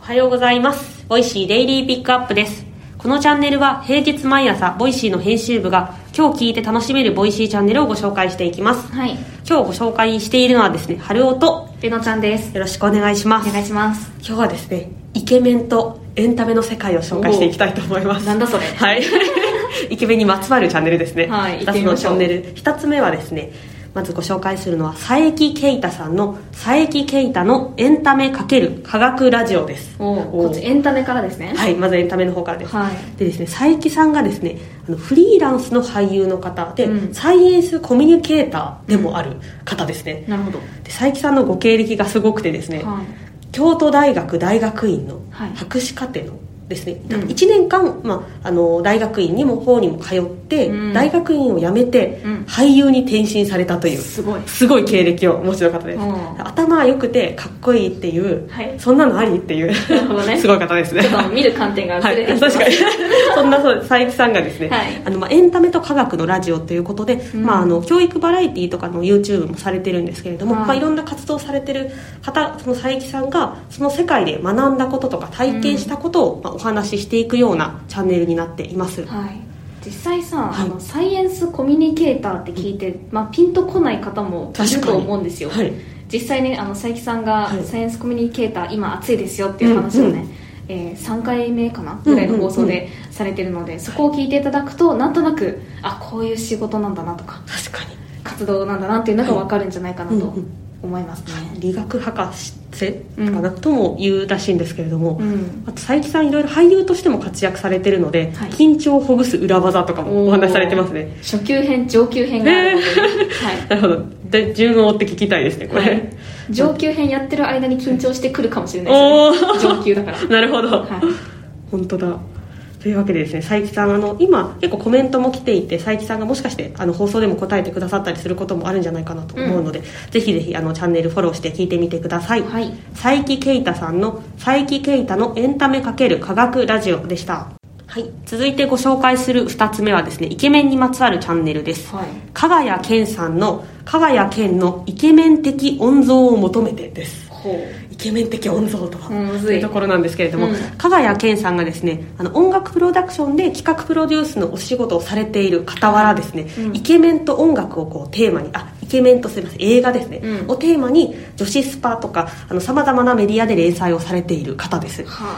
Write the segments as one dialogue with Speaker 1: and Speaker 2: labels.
Speaker 1: おはようございますボイシーデイリーピックアップですこのチャンネルは平日毎朝ボイシーの編集部が今日聞いて楽しめるボイシーチャンネルをご紹介していきます
Speaker 2: はい、
Speaker 1: 今日ご紹介しているのはですね春男と
Speaker 2: りのちゃんです。
Speaker 1: よろしくお願いしま
Speaker 2: お
Speaker 1: す
Speaker 2: 願いします。
Speaker 1: 今日はですねイケメンとエンタメの世界を紹介していきたいと思います
Speaker 2: おなんだそれ
Speaker 1: はい イケメンにまつわるチャンネルですね
Speaker 2: はい
Speaker 1: 2つのチャンネル2つ目はですねまずご紹介するのは佐伯啓太さんの佐伯啓太のエンタメ×科学ラジオです
Speaker 2: お
Speaker 1: お
Speaker 2: こっちエンタメからですね。
Speaker 1: はいまずエンタメの方からです、
Speaker 2: はい
Speaker 1: でですね佐伯さんがですねあのフリーランスの俳優の方で、
Speaker 2: うん
Speaker 1: サイエンスコミュニケーターでもある方ですね、
Speaker 2: なるほど。
Speaker 1: で佐伯さんのご経歴がすごくてですね、
Speaker 2: はい
Speaker 1: 京都大学大学院の
Speaker 2: はい
Speaker 1: 博士課程のですね、
Speaker 2: うん
Speaker 1: 1年間、まあ、あの大学院にも法にも通って、
Speaker 2: うん
Speaker 1: 大学院を辞めて、
Speaker 2: うん
Speaker 1: 俳優に転身されたという
Speaker 2: すごい。
Speaker 1: すごい経歴をお持ちの方です、
Speaker 2: うん
Speaker 1: 頭良くてかっこいいっていう、
Speaker 2: はい
Speaker 1: そんなのありっていう
Speaker 2: なるほど ね
Speaker 1: すごい方ですね
Speaker 2: ちょっと見る観点が
Speaker 1: は
Speaker 2: ず
Speaker 1: い
Speaker 2: れて、きてます
Speaker 1: 確 かにそんなそう佐伯さんがですね、
Speaker 2: はい
Speaker 1: あのまあ、エンタメと科学のラジオということで、
Speaker 2: うん
Speaker 1: まあ、あの教育バラエティーとかの YouTube もされてるんですけれども、
Speaker 2: はい
Speaker 1: いまあ、いろんな活動をされてる方その佐伯さんがその世界で学んだこととか体験したことを、まあ、お話ししていくようなチャンネルになっています、
Speaker 2: はい。実際さ、
Speaker 1: はい
Speaker 2: あのサイエンスコミュニケーターって聞いて、まあピンとこない方もいる
Speaker 1: 確か
Speaker 2: と
Speaker 1: に
Speaker 2: 思うんですよ。
Speaker 1: はい
Speaker 2: 実際ね、あの佐伯さんが、
Speaker 1: はい
Speaker 2: サイエンスコミュニケーター今熱いですよっていう話をね。
Speaker 1: うんうん
Speaker 2: えー3回目かなぐらいの放送
Speaker 1: うん
Speaker 2: でされてるので、そこを聞いていただくとなんとなくあこういう仕事なんだなとか
Speaker 1: 確かに
Speaker 2: 活動なんだなっていうのが分かるんじゃないかな
Speaker 1: は
Speaker 2: と
Speaker 1: いうんうん
Speaker 2: 思いますね、
Speaker 1: 理学博士かな、とも言うらしいんですけれども、
Speaker 2: うん
Speaker 1: あと佐伯さんいろいろ俳優としても活躍されてるので、
Speaker 2: はい
Speaker 1: 緊張をほぐす裏技とかもお話しされてますね
Speaker 2: 初級編上級編がある ので、
Speaker 1: なるほどで順を追って聞きたいですねこ
Speaker 2: は
Speaker 1: れ、
Speaker 2: い、はい、上級編やってる間に緊張してくるかもしれない
Speaker 1: お
Speaker 2: ですね上級だから
Speaker 1: なるほど、
Speaker 2: はい
Speaker 1: 本当だというわけでですね佐伯さんあの今結構コメントも来ていて佐伯さんがもしかしてあの放送でも答えてくださったりすることもあるんじゃないかなと思うので、ぜひぜひあのチャンネルフォローして聞いてみてください、
Speaker 2: はい
Speaker 1: 佐伯啓太さんの佐伯啓太のエンタメ×科学ラジオでしたはい続いてご紹介する2つ目はですねイケメンにまつわるチャンネルです
Speaker 2: はい
Speaker 1: 加賀谷健さんの加賀谷健のイケメン的温存を求めてです
Speaker 2: ほ
Speaker 1: イケメン的温存とは、
Speaker 2: うんむ
Speaker 1: と
Speaker 2: ずい
Speaker 1: いうところなんですけれども、
Speaker 2: うん
Speaker 1: 加賀谷健さんがですねあの音楽プロダクションで企画プロデュースのお仕事をされている傍らですね、
Speaker 2: うん
Speaker 1: イケメンと音楽をこうテーマにあイケメンとすみません映画ですね、
Speaker 2: うん
Speaker 1: をテーマに女子スパとかさまざまなメディアで連載をされている方です
Speaker 2: うは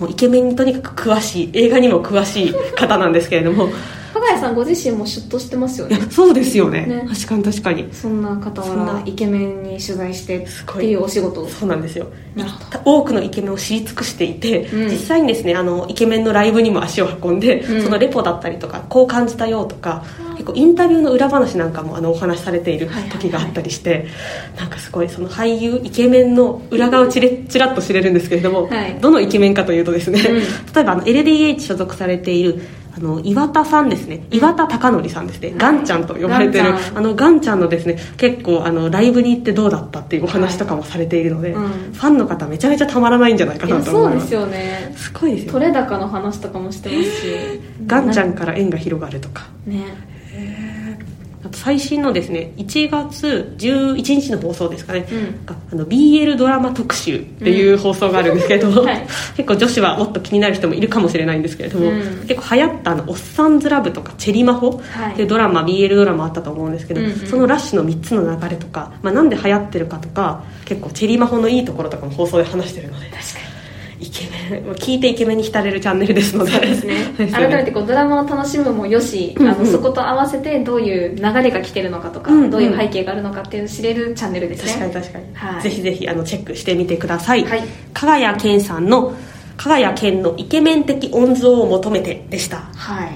Speaker 1: もうイケメンにとにかく詳しい映画にも詳しい方なんですけれども
Speaker 2: あ加賀谷さんご自身もシュッとしてますよ
Speaker 1: い
Speaker 2: ね
Speaker 1: やそうですよね
Speaker 2: ね
Speaker 1: 確かに確かに
Speaker 2: そんな方
Speaker 1: そんな
Speaker 2: はイケメンに取材してっ
Speaker 1: すごい
Speaker 2: ていうお仕事を
Speaker 1: そうなんですよ
Speaker 2: なるほ
Speaker 1: 多くのイケメンを知り尽くしていて、
Speaker 2: うん
Speaker 1: 実際にですねあのイケメンのライブにも足を運んで、
Speaker 2: うん
Speaker 1: そのレポだったりとかこう感じたよとか、結構インタビューの裏話なんかもあのお話しされている
Speaker 2: はいはいはい
Speaker 1: 時があったりして、なんかすごいその俳優イケメンの裏側をちれちらっと知れるんですけれども、
Speaker 2: はい
Speaker 1: どのイケメンかというとですね、
Speaker 2: う
Speaker 1: 例えばあの LDH 所属されているあの岩田さんですね岩田貴則さんですね、
Speaker 2: はい
Speaker 1: ガンちゃんと呼ばれてる
Speaker 2: ガンちゃん
Speaker 1: あのガンちゃんのですね結構あのライブに行ってどうだったっていうお話とかもされているので、
Speaker 2: はいうん
Speaker 1: ファンの方めちゃめちゃたまらないんじゃないか
Speaker 2: いや
Speaker 1: なと
Speaker 2: そ
Speaker 1: 思いう
Speaker 2: で
Speaker 1: ます
Speaker 2: すよね
Speaker 1: すごいですよ
Speaker 2: 取れ高の話とかもしてますし
Speaker 1: ガンちゃんから縁が広がるとか
Speaker 2: ね
Speaker 1: あと最新のですね1月11日の放送ですかね、
Speaker 2: うん
Speaker 1: があの BL ドラマ特集っていう放送があるんですけれども、
Speaker 2: うんはい
Speaker 1: 結構女子はもっと気になる人もいるかもしれないんですけれども、
Speaker 2: うん
Speaker 1: 結構流行ったあの「おっさんずラブ」とか「チェリマホ」
Speaker 2: はい
Speaker 1: っていうドラマ、BL ドラマあったと思うんですけど、
Speaker 2: うんうん
Speaker 1: そのラッシュの3つの流れとか、まあ、なんで流行ってるかとか結構チェリマホのいいところとかも放送で話してるので
Speaker 2: 確かに
Speaker 1: イケメン聞いてイケメンに浸れるチャンネルですので
Speaker 2: そうですね
Speaker 1: ですよ
Speaker 2: 改めてこうドラマを楽しむもよし、
Speaker 1: うんうん
Speaker 2: あのそこと合わせてどういう流れが来てるのかとか、
Speaker 1: うんうん
Speaker 2: どういう背景があるのかっていうのを知れるチャンネルですね
Speaker 1: 確かに確かに、
Speaker 2: はい
Speaker 1: ぜひぜひあのチェックしてみてください、
Speaker 2: はい
Speaker 1: 加賀谷健さんの「加賀谷健のイケメン的温存を求めて」でした
Speaker 2: はい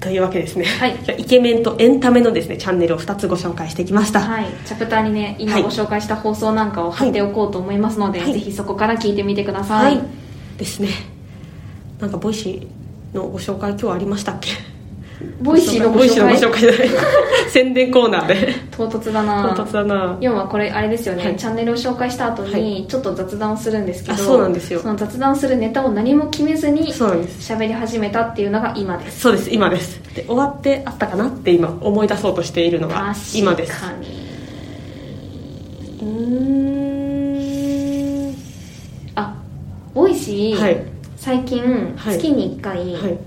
Speaker 1: というわけですね、
Speaker 2: はい
Speaker 1: じゃあイケメンとエンタメのですねチャンネルを2つご紹介してきました、
Speaker 2: はい、チャプターにね今
Speaker 1: はい
Speaker 2: ご紹介した放送なんかを貼っておこうと思いますので、
Speaker 1: はい
Speaker 2: ぜひそこから聞いてみてください、
Speaker 1: はいですねなんかボイシーのご紹介今日ありましたっけ
Speaker 2: ボイシーのご
Speaker 1: ボイシ
Speaker 2: 紹
Speaker 1: ーの
Speaker 2: 介
Speaker 1: ご紹介じゃない 宣伝コーナーで
Speaker 2: 唐突だ
Speaker 1: 唐
Speaker 2: な
Speaker 1: 突だな
Speaker 2: 要はこれあれですよね、
Speaker 1: はい
Speaker 2: チャンネルを紹介した後
Speaker 1: はい
Speaker 2: にちょっと雑談をするんですけど、
Speaker 1: あそうなんですよ
Speaker 2: その雑談するネタを何も決めずに
Speaker 1: そうなんです
Speaker 2: 喋り始めたっていうのが今です
Speaker 1: そうです今ですで終わってあったかなって今思い出そうとしているのが今です
Speaker 2: 確かに
Speaker 1: うーん
Speaker 2: あボイし、
Speaker 1: はい
Speaker 2: 最近
Speaker 1: はい
Speaker 2: 月に1回、
Speaker 1: はい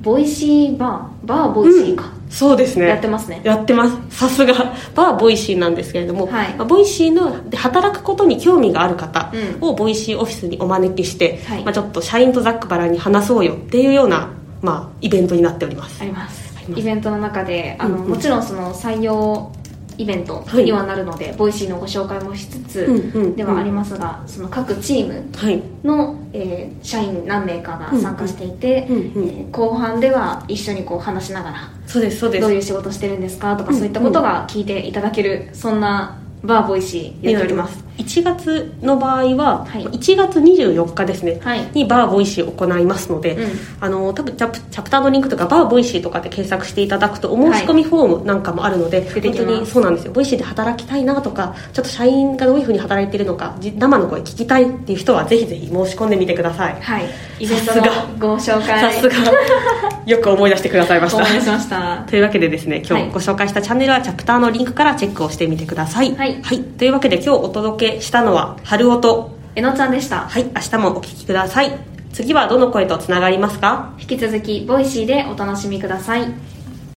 Speaker 2: ボイシーバーバーボイシーか、
Speaker 1: そうですね
Speaker 2: やってますね
Speaker 1: やってますさすがバーボイシーなんですけれども、
Speaker 2: はい
Speaker 1: まあボイシーので働くことに興味がある方をボイシーオフィスにお招きして、
Speaker 2: はい
Speaker 1: まあ、ちょっと社員とざっくばらに話そうよっていうような、まあ、イベントになっております
Speaker 2: あります
Speaker 1: あります
Speaker 2: イベントの中であの、
Speaker 1: うんうん
Speaker 2: もちろんその採用イベント
Speaker 1: はい
Speaker 2: にはなるので、ボイシーのご紹介もしつつ、
Speaker 1: うんうん
Speaker 2: ではありますが、その各チーム
Speaker 1: はい
Speaker 2: の、えー社員何名かが参加していて、
Speaker 1: うんうんうんうん
Speaker 2: えー後半では一緒にこう話しながら
Speaker 1: そうですそうです
Speaker 2: どういう仕事してるんですかとか、
Speaker 1: うん
Speaker 2: そういったことが聞いていただけるそんなバーボイシーやっております
Speaker 1: 1月の場合は、
Speaker 2: はい
Speaker 1: 1月24日ですね、
Speaker 2: はい
Speaker 1: にバーボイシーを行いますので、
Speaker 2: うん
Speaker 1: あの多分チャプチャプターのリンクとかバーボイシーとかで検索していただくとお申し込みフォームなんかもあるので、
Speaker 2: 出
Speaker 1: 本
Speaker 2: てき
Speaker 1: 当
Speaker 2: ます
Speaker 1: にそうなんですよボイシーで働きたいなとかちょっと社員がどういうふうに働いているのかじ生の声聞きたいっていう人はぜひぜひ申し込んでみてください
Speaker 2: はいイベント
Speaker 1: さす
Speaker 2: のご紹介
Speaker 1: さすが よく思い出してくださいまし
Speaker 2: お
Speaker 1: た
Speaker 2: 願いしました
Speaker 1: というわけでですね今
Speaker 2: はい
Speaker 1: 日ご紹介したチャンネルはチャプターのリンクからチェックをしてみてください、
Speaker 2: はい
Speaker 1: というわけで今日お届けしたのは「春音」
Speaker 2: えのちゃんでした
Speaker 1: はい明日もお聞きください次はどの声とつながりますか
Speaker 2: 引き続きボイシーでお楽しみください